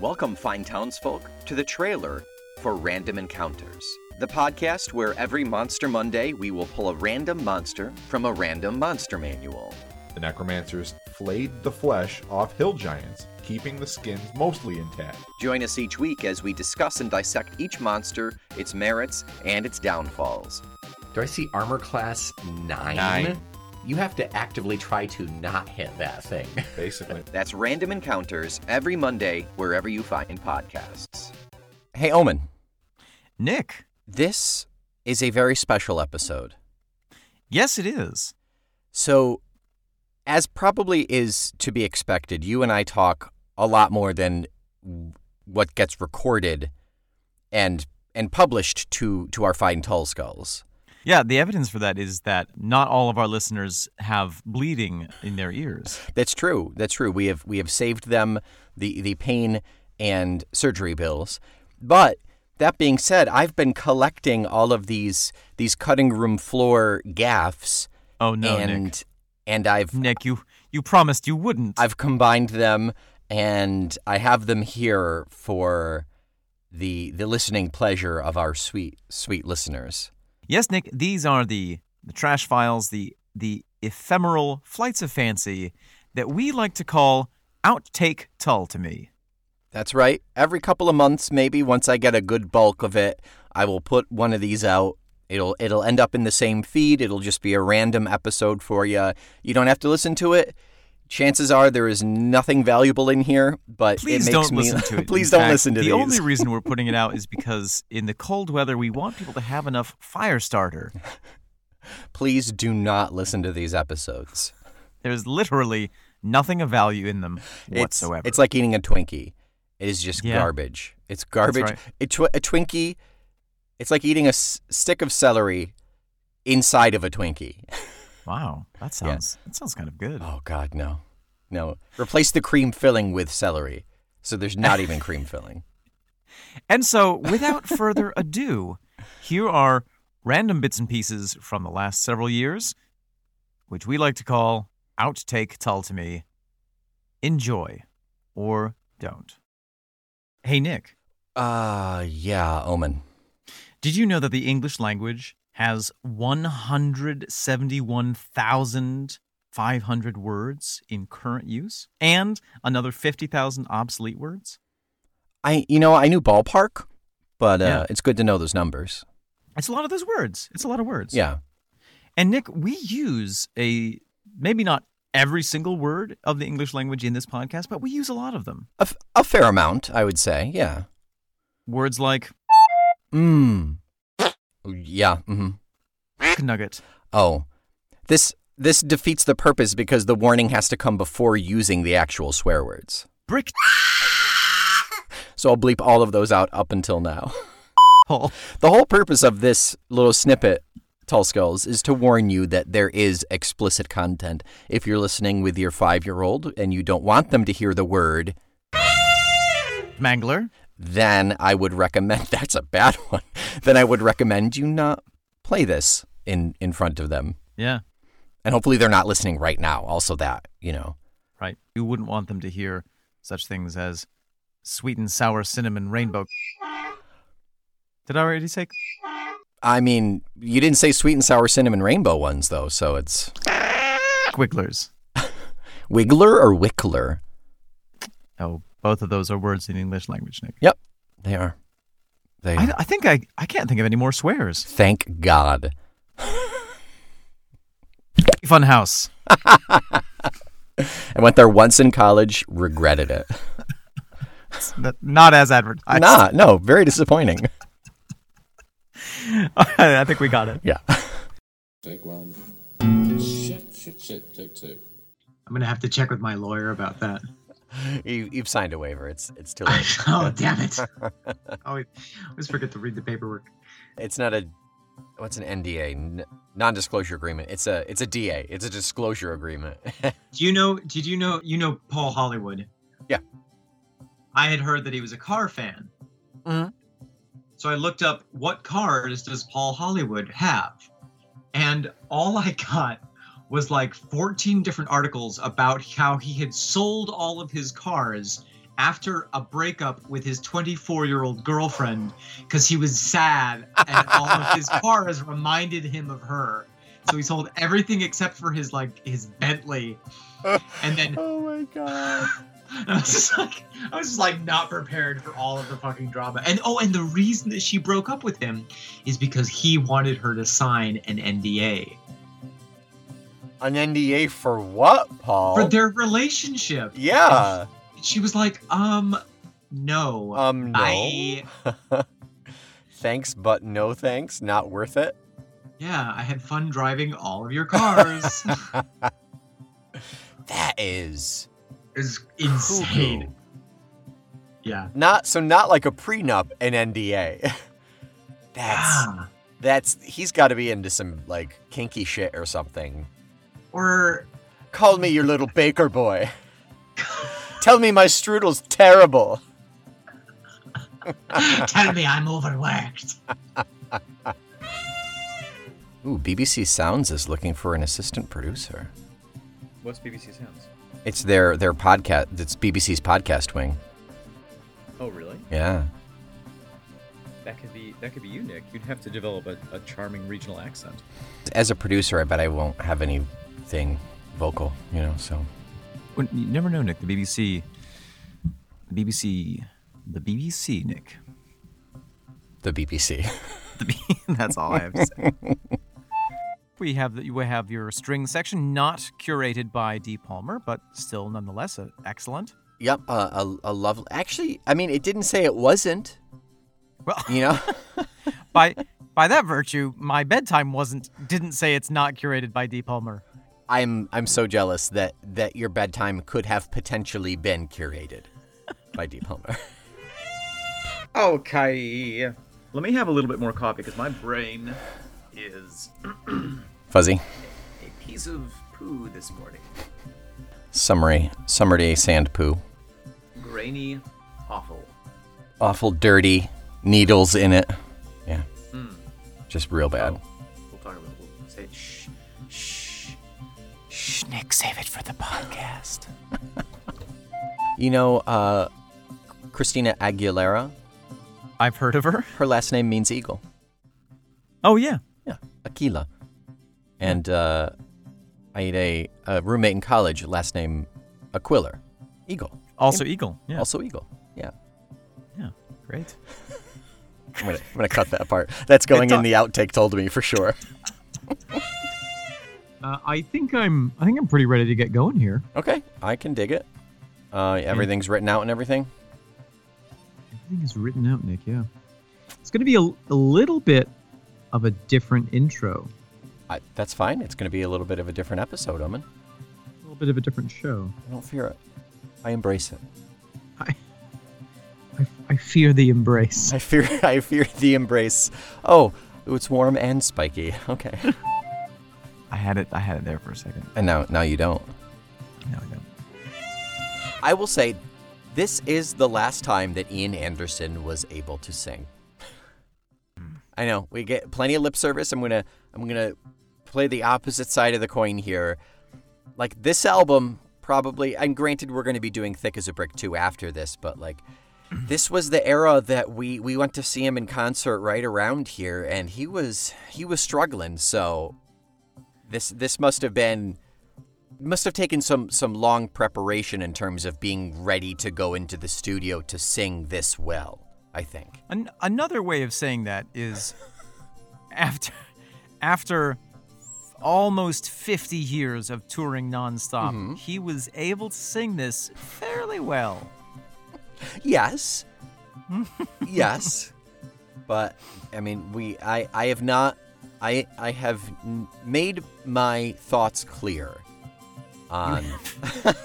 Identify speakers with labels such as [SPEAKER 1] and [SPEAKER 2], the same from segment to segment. [SPEAKER 1] Welcome, fine townsfolk, to the trailer for Random Encounters, the podcast where every Monster Monday we will pull a random monster from a random monster manual.
[SPEAKER 2] The necromancers flayed the flesh off hill giants, keeping the skins mostly intact.
[SPEAKER 1] Join us each week as we discuss and dissect each monster, its merits, and its downfalls.
[SPEAKER 3] Do I see armor class nine?
[SPEAKER 2] Nine.
[SPEAKER 3] You have to actively try to not hit that thing.
[SPEAKER 2] Basically,
[SPEAKER 1] That's Random Encounters every Monday, wherever you find podcasts. Hey, Omen,
[SPEAKER 4] Nick.
[SPEAKER 1] this is a very special episode.
[SPEAKER 4] Yes, it is.
[SPEAKER 1] So, as probably is to be expected, you and I talk a lot more than w- what gets recorded and and published to to our fine tall skulls.
[SPEAKER 4] Yeah, the evidence for that is that not all of our listeners have bleeding in their ears.
[SPEAKER 1] That's true. That's true. We have we have saved them the the pain and surgery bills. But that being said, I've been collecting all of these these cutting room floor gaffs
[SPEAKER 4] Oh no,
[SPEAKER 1] and
[SPEAKER 4] Nick.
[SPEAKER 1] and I've
[SPEAKER 4] Nick, you you promised you wouldn't.
[SPEAKER 1] I've combined them and I have them here for the the listening pleasure of our sweet sweet listeners.
[SPEAKER 4] Yes, Nick, these are the the trash files, the the ephemeral flights of fancy that we like to call outtake tull to me.
[SPEAKER 1] That's right. Every couple of months maybe once I get a good bulk of it, I will put one of these out. It'll it'll end up in the same feed. It'll just be a random episode for you. You don't have to listen to it. Chances are there is nothing valuable in here, but
[SPEAKER 4] Please
[SPEAKER 1] it makes
[SPEAKER 4] don't
[SPEAKER 1] me
[SPEAKER 4] listen to it.
[SPEAKER 1] please
[SPEAKER 4] In
[SPEAKER 1] don't
[SPEAKER 4] fact,
[SPEAKER 1] listen to
[SPEAKER 4] the
[SPEAKER 1] these.
[SPEAKER 4] only reason we're putting it out is because in the cold weather we want people to have enough fire starter.
[SPEAKER 1] please do not listen to these episodes.
[SPEAKER 4] There's literally nothing of value in them
[SPEAKER 1] It's-
[SPEAKER 4] whatsoever.
[SPEAKER 1] It's, like eating a Twinkie. It is just
[SPEAKER 4] Yeah.
[SPEAKER 1] garbage. It's garbage.
[SPEAKER 4] right.
[SPEAKER 1] A, tw- a Twinkie. It's like eating a s- stick of celery inside of a Twinkie.
[SPEAKER 4] Wow, that sounds that sounds kind of good.
[SPEAKER 1] Oh God, no, no. Replace the cream filling with celery. So there's not even cream filling.
[SPEAKER 4] And so, without further ado, here are random bits and pieces from the last several years, which we like to call outtake tell to me. Enjoy or don't. Hey Nick,
[SPEAKER 1] Uh, yeah, Omen.
[SPEAKER 4] did you know that the English language has 171,500 words in current use and another 50,000 obsolete words?
[SPEAKER 1] I, you know, I knew ballpark, but uh,
[SPEAKER 4] Yeah.
[SPEAKER 1] it's good to know those numbers.
[SPEAKER 4] It's a lot of those words. It's a lot of words.
[SPEAKER 1] Yeah,
[SPEAKER 4] And Nick, we use a maybe not every single word of the English language in this podcast, but we use a lot of them.
[SPEAKER 1] a, f- a fair amount, I would say. Yeah.
[SPEAKER 4] Words like
[SPEAKER 1] Mm. Yeah. Mm-hmm.
[SPEAKER 4] nugget.
[SPEAKER 1] Oh, this this defeats the purpose because the warning has to come before using the actual swear words.
[SPEAKER 4] Brick
[SPEAKER 1] So I'll bleep all of those out up until now.
[SPEAKER 4] hole.
[SPEAKER 1] The whole purpose of this little snippet, Tall Skulls, is to warn you that there is explicit content. If you're listening with your five year old and you don't want them to hear the word,
[SPEAKER 4] Mangler.
[SPEAKER 1] then I would recommend that's a bad one. Then I would recommend you not play this in, in front of them.
[SPEAKER 4] Yeah.
[SPEAKER 1] And hopefully they're not listening right now. Also, that, you know.
[SPEAKER 4] Right. You wouldn't want them to hear such things as sweet and sour cinnamon rainbow. Did I already say
[SPEAKER 1] I mean, you didn't say sweet and sour cinnamon rainbow ones though, so it's
[SPEAKER 4] quigglers?
[SPEAKER 1] Wiggler or Wickler.
[SPEAKER 4] Oh, both of those are words in English language, Nick.
[SPEAKER 1] Yep, they are. They.
[SPEAKER 4] I,
[SPEAKER 1] are.
[SPEAKER 4] I think I, I can't think of any more swears.
[SPEAKER 1] Thank God.
[SPEAKER 4] Funhouse.
[SPEAKER 1] I went there once in college, regretted it.
[SPEAKER 4] It's n- Not as advertised.
[SPEAKER 1] nah, no, very disappointing.
[SPEAKER 4] I think we got it.
[SPEAKER 1] Yeah.
[SPEAKER 5] Take one. Shit, shit, shit. Take two.
[SPEAKER 6] I'm gonna have to check with my lawyer about that.
[SPEAKER 1] You, you've signed a waiver. It's it's too late.
[SPEAKER 6] oh damn it! Always, always forget to read the paperwork.
[SPEAKER 1] It's not a what's an NDA, N- non-disclosure agreement. It's a it's a DA. It's a disclosure agreement.
[SPEAKER 6] Do you know? Did you know? You know Paul Hollywood?
[SPEAKER 1] Yeah.
[SPEAKER 6] I had heard that he was a car fan.
[SPEAKER 4] Mhm.
[SPEAKER 6] So I looked up what cars does Paul Hollywood have, and all I got was like 14 different articles about how he had sold all of his cars after a breakup with his 24 year old girlfriend because he was sad and all of his cars reminded him of her. So he sold everything except for his like his Bentley. And then
[SPEAKER 1] Oh my god.
[SPEAKER 6] and I was just like, I was just like not prepared for all of the fucking drama. And oh, and the reason that she broke up with him is because he wanted her to sign an NDA
[SPEAKER 1] An NDA for what, Paul?
[SPEAKER 6] for their relationship.
[SPEAKER 1] yeah.
[SPEAKER 6] She was like, um, no.
[SPEAKER 1] Um, no.
[SPEAKER 6] I
[SPEAKER 1] thanks, but no thanks. Not worth it.
[SPEAKER 6] yeah, I had fun driving all of your cars.
[SPEAKER 1] That is
[SPEAKER 6] it's insane.
[SPEAKER 1] cuckoo.
[SPEAKER 6] Yeah.
[SPEAKER 1] Not so. Not like a prenup. An NDA. that's
[SPEAKER 6] yeah.
[SPEAKER 1] that's. He's got to be into some like kinky shit or something.
[SPEAKER 6] Or
[SPEAKER 1] Call me your little baker boy. Tell me my strudel's terrible.
[SPEAKER 6] tell me I'm overworked.
[SPEAKER 1] Ooh, BBC Sounds is looking for an assistant producer.
[SPEAKER 7] What's BBC Sounds?
[SPEAKER 1] It's their their podcast. It's BBC's podcast wing.
[SPEAKER 7] Oh, really?
[SPEAKER 1] Yeah.
[SPEAKER 7] That could be that could be you, Nick. You'd have to develop a, a charming regional accent.
[SPEAKER 1] As a producer, I bet I won't have anything vocal. You know, so
[SPEAKER 4] Well, you never know, Nick. The BBC, the BBC, the BBC, Nick.
[SPEAKER 1] the BBC.
[SPEAKER 4] The B- That's all I have to say. we have the, we have your string section, not curated by Dee Palmer, but still nonetheless uh, excellent.
[SPEAKER 1] yep. Uh, a a lovely. Actually, I mean, it didn't say it wasn't.
[SPEAKER 4] Well-
[SPEAKER 1] you know.
[SPEAKER 4] By by that virtue, my bedtime wasn't didn't say it's not curated by Dee Palmer.
[SPEAKER 1] I'm I'm so jealous that that your bedtime could have potentially been curated by Deep Homer.
[SPEAKER 7] Okay. Let me have a little bit more coffee because my brain is
[SPEAKER 1] Fuzzy.
[SPEAKER 7] a piece of poo this morning.
[SPEAKER 1] Summary. Summer day sand poo.
[SPEAKER 7] Grainy, awful.
[SPEAKER 1] Awful dirty. Needles in it. Yeah.
[SPEAKER 7] Hmm.
[SPEAKER 1] Just real bad.
[SPEAKER 7] We'll talk about. We'll say shh.
[SPEAKER 4] Shh, Nick, save it for the podcast.
[SPEAKER 1] You know, uh, Christina Aguilera.
[SPEAKER 4] I've heard of her.
[SPEAKER 1] Her last name means eagle.
[SPEAKER 4] Oh yeah.
[SPEAKER 1] Yeah, Aquila. And uh, I had a, a roommate in college. Last name Aquiller. Eagle.
[SPEAKER 4] Also Eagle. Yeah.
[SPEAKER 1] Also eagle. Yeah.
[SPEAKER 4] yeah. Great.
[SPEAKER 1] I'm gonna, I'm gonna cut that part. That's going in the outtake. Told me for sure.
[SPEAKER 4] Uh, I think I'm I think I'm pretty ready to get going here.
[SPEAKER 1] Okay, I can dig it. Uh, everything's written out and everything.
[SPEAKER 4] Everything is written out, Nick. Yeah. It's going to be a, a little bit of a different intro,
[SPEAKER 1] I, that's fine. It's going to be a little bit of a different episode, Omen.
[SPEAKER 4] a little bit of a different show.
[SPEAKER 1] I don't fear it. I embrace it.
[SPEAKER 4] I, I, I fear the embrace.
[SPEAKER 1] I fear. I fear the embrace. Oh, it's warm and spiky. Okay.
[SPEAKER 4] I had it. I had it there for a second.
[SPEAKER 1] and now, now you don't.
[SPEAKER 4] No, I don't.
[SPEAKER 1] I will say, this is the last time that Ian Anderson was able to sing. I know we get plenty of lip service. I'm gonna I'm gonna play the opposite side of the coin here. Like this album probably, and granted we're gonna be doing Thick as a Brick too after this, but like this was the era that we we went to see him in concert right around here, and he was he was struggling. So this this must have been must have taken some some long preparation in terms of being ready to go into the studio to sing this well. I think.
[SPEAKER 4] An- another way of saying that is, after, after almost 50 years of touring nonstop, he was able to sing this fairly well.
[SPEAKER 1] Yes. yes. But I mean, we I I have not I I have n- made my thoughts clear on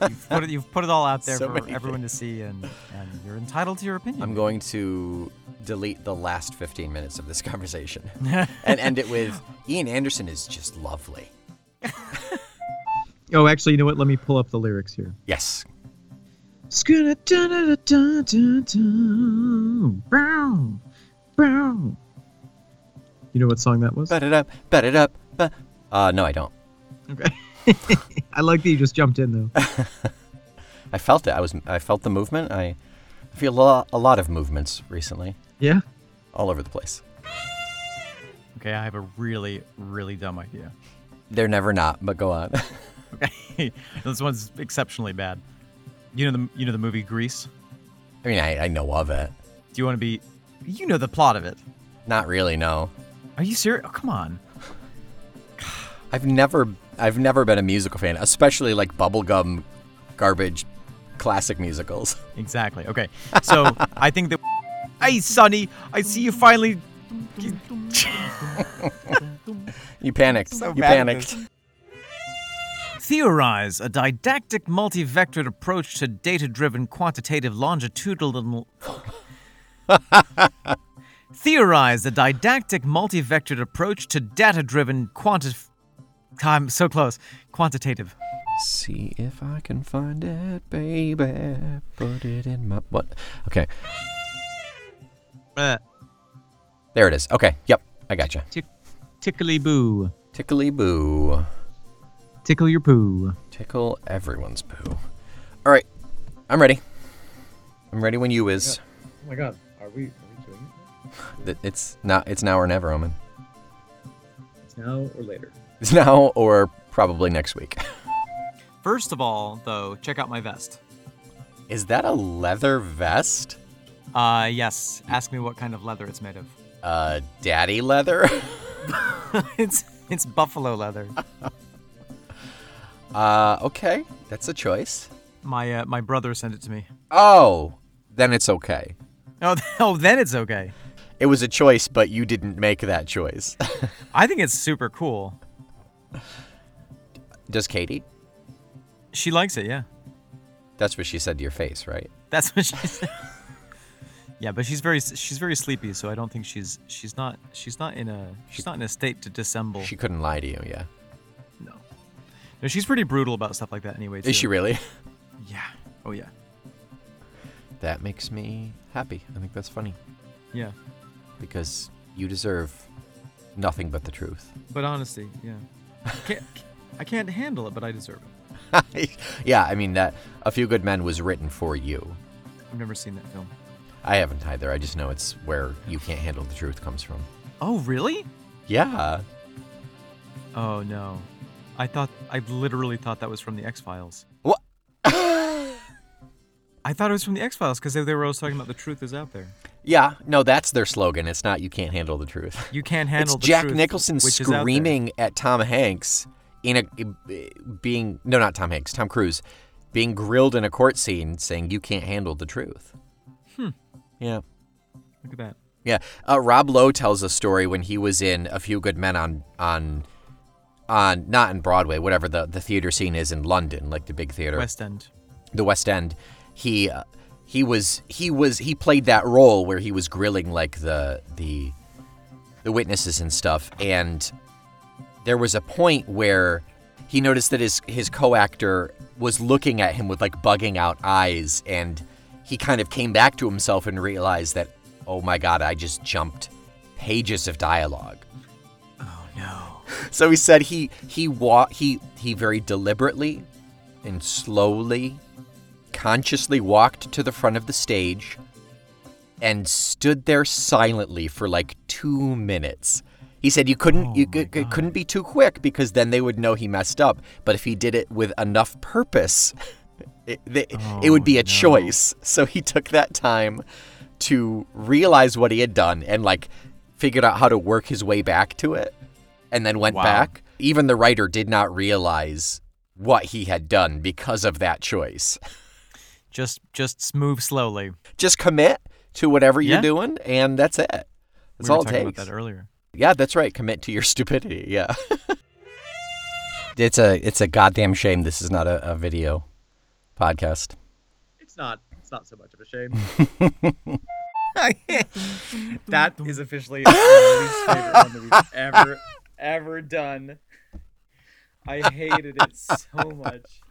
[SPEAKER 4] You've put it, you've put it all out there
[SPEAKER 1] So
[SPEAKER 4] for
[SPEAKER 1] many
[SPEAKER 4] everyone to see, and, and you're entitled to your opinion.
[SPEAKER 1] I'm going to delete the last 15 minutes of this conversation and end it with Ian Anderson is just lovely.
[SPEAKER 4] oh, actually, you know what? Let me pull up the lyrics here.
[SPEAKER 1] Yes.
[SPEAKER 4] Skuna da da da da da Brow. Brow. You know what song that was?
[SPEAKER 1] Bet it up, bet it up. ba- Uh no, I don't.
[SPEAKER 4] Okay. I like that you just jumped in though.
[SPEAKER 1] I felt it. I was. I felt the movement. I feel a lot, a lot of movements recently,
[SPEAKER 6] Yeah.
[SPEAKER 1] all over the place.
[SPEAKER 4] Okay, I have a really, really dumb idea.
[SPEAKER 1] They're never not. But go on.
[SPEAKER 4] Okay, this one's exceptionally bad. You know the you know the movie Grease.
[SPEAKER 1] I mean, I, I know of it.
[SPEAKER 4] Do you want to be? You know the plot of it.
[SPEAKER 1] Not really. No.
[SPEAKER 4] Are you serious? Oh, come on.
[SPEAKER 1] I've never. I've never been a musical fan, especially like bubblegum, garbage, classic musicals.
[SPEAKER 4] Exactly. Okay. So I think that. Hey, Sonny, I see you finally.
[SPEAKER 1] You panicked. you panicked.
[SPEAKER 4] Theorize, a didactic multivectored approach to data driven quantitative longitudinal. Theorize, a didactic multivectored approach to data driven quantif. I'm so close. Quantitative.
[SPEAKER 1] See if I can find it, baby. Put it in my what? Okay,
[SPEAKER 4] Uh,
[SPEAKER 1] there it is. Okay, yep, I gotcha.
[SPEAKER 4] tick, tickly boo.
[SPEAKER 1] Tickly boo,
[SPEAKER 4] Tickle your poo.
[SPEAKER 5] Oh
[SPEAKER 1] tickle everyone's poo. All right, I'm ready. I'm ready when you is.
[SPEAKER 5] Oh my god, are we, are we doing it?
[SPEAKER 1] Th- It's now. It's now or never, Omen.
[SPEAKER 7] It's now or later.
[SPEAKER 1] It's now or probably next week.
[SPEAKER 4] First of all, though, check out my vest.
[SPEAKER 1] Is that a leather vest?
[SPEAKER 4] Uh, yes. Ask me what kind of leather it's made of.
[SPEAKER 1] Uh, daddy leather.
[SPEAKER 4] it's it's buffalo leather.
[SPEAKER 1] Uh, okay, that's a choice.
[SPEAKER 4] My uh, my brother sent it to me.
[SPEAKER 1] Oh, then it's okay.
[SPEAKER 4] Oh, oh, then it's okay.
[SPEAKER 1] It was a choice, but you didn't make that choice.
[SPEAKER 4] I think it's super cool.
[SPEAKER 1] Does Katie?
[SPEAKER 4] She likes it, yeah.
[SPEAKER 1] That's what she said to your face, right?
[SPEAKER 4] That's what she said. yeah, but she's very she's very sleepy, so I don't think she's she's not she's not in a she's not in a state to dissemble.
[SPEAKER 1] She couldn't lie to you, yeah.
[SPEAKER 4] no. No, she's pretty brutal about stuff like that anyway.
[SPEAKER 1] Is she
[SPEAKER 4] too.
[SPEAKER 1] really?
[SPEAKER 4] Yeah. Oh yeah.
[SPEAKER 1] That makes me happy. I think that's funny
[SPEAKER 4] Yeah.
[SPEAKER 1] because you deserve nothing but the truth.
[SPEAKER 4] But honesty, yeah. Can't, I can't handle it, but I deserve it.
[SPEAKER 1] yeah, I mean that A Few Good Men was written for you.
[SPEAKER 4] I've never seen that film.
[SPEAKER 1] I haven't either. I just know it's where you can't handle the truth comes from.
[SPEAKER 4] Oh, really?
[SPEAKER 1] Yeah.
[SPEAKER 4] Oh no. I thought I literally thought that was from the X-Files.
[SPEAKER 1] What?
[SPEAKER 4] I thought it was from the X Files because they, they were always talking about the truth is out there.
[SPEAKER 1] Yeah, no, that's their slogan. It's not you can't handle the truth.
[SPEAKER 4] You can't handle
[SPEAKER 1] it's
[SPEAKER 4] the
[SPEAKER 1] Jack
[SPEAKER 4] truth,
[SPEAKER 1] Nicholson
[SPEAKER 4] which is out there.
[SPEAKER 1] screaming at Tom Hanks in a being no not Tom Hanks, Tom Cruise being grilled in a court scene saying you can't handle the truth. Hmm. Yeah.
[SPEAKER 4] Look at that.
[SPEAKER 1] Yeah. Uh, Rob Lowe tells a story when he was in A Few Good Men on on on not in Broadway, whatever the the theater scene is in London, like the big theater
[SPEAKER 4] West End.
[SPEAKER 1] the West End, he uh, he was he was he played that role where he was grilling like the the the witnesses and stuff, and there was a point where he noticed that his his co-actor was looking at him with like bugging out eyes, and he kind of came back to himself and realized that oh my god, I just jumped pages of dialogue.
[SPEAKER 4] Oh no.
[SPEAKER 1] So he said he he wa- he he very deliberately and slowly consciously walked to the front of the stage and stood there silently for like 2 minutes. He said you couldn't you c- c- couldn't be too quick because then they would know he messed up, but if he did it with enough purpose it, they, it would be a choice. So he took that time to realize what he had done and like figured out how to work his way back to it and then went
[SPEAKER 4] Wow.
[SPEAKER 1] back. Even the writer did not realize what he had done because of that choice.
[SPEAKER 4] Just just move slowly.
[SPEAKER 1] Just commit to whatever you're
[SPEAKER 4] Yeah.
[SPEAKER 1] doing, and that's it. That's
[SPEAKER 4] we were
[SPEAKER 1] all it
[SPEAKER 4] talking
[SPEAKER 1] takes.
[SPEAKER 4] about that earlier.
[SPEAKER 1] Yeah, that's right. Commit to your stupidity. Yeah. it's a it's a goddamn shame this is not a, a video podcast.
[SPEAKER 7] It's not. It's not so much of a shame. that is officially my least favorite one that we've ever, ever done. I hated it so much.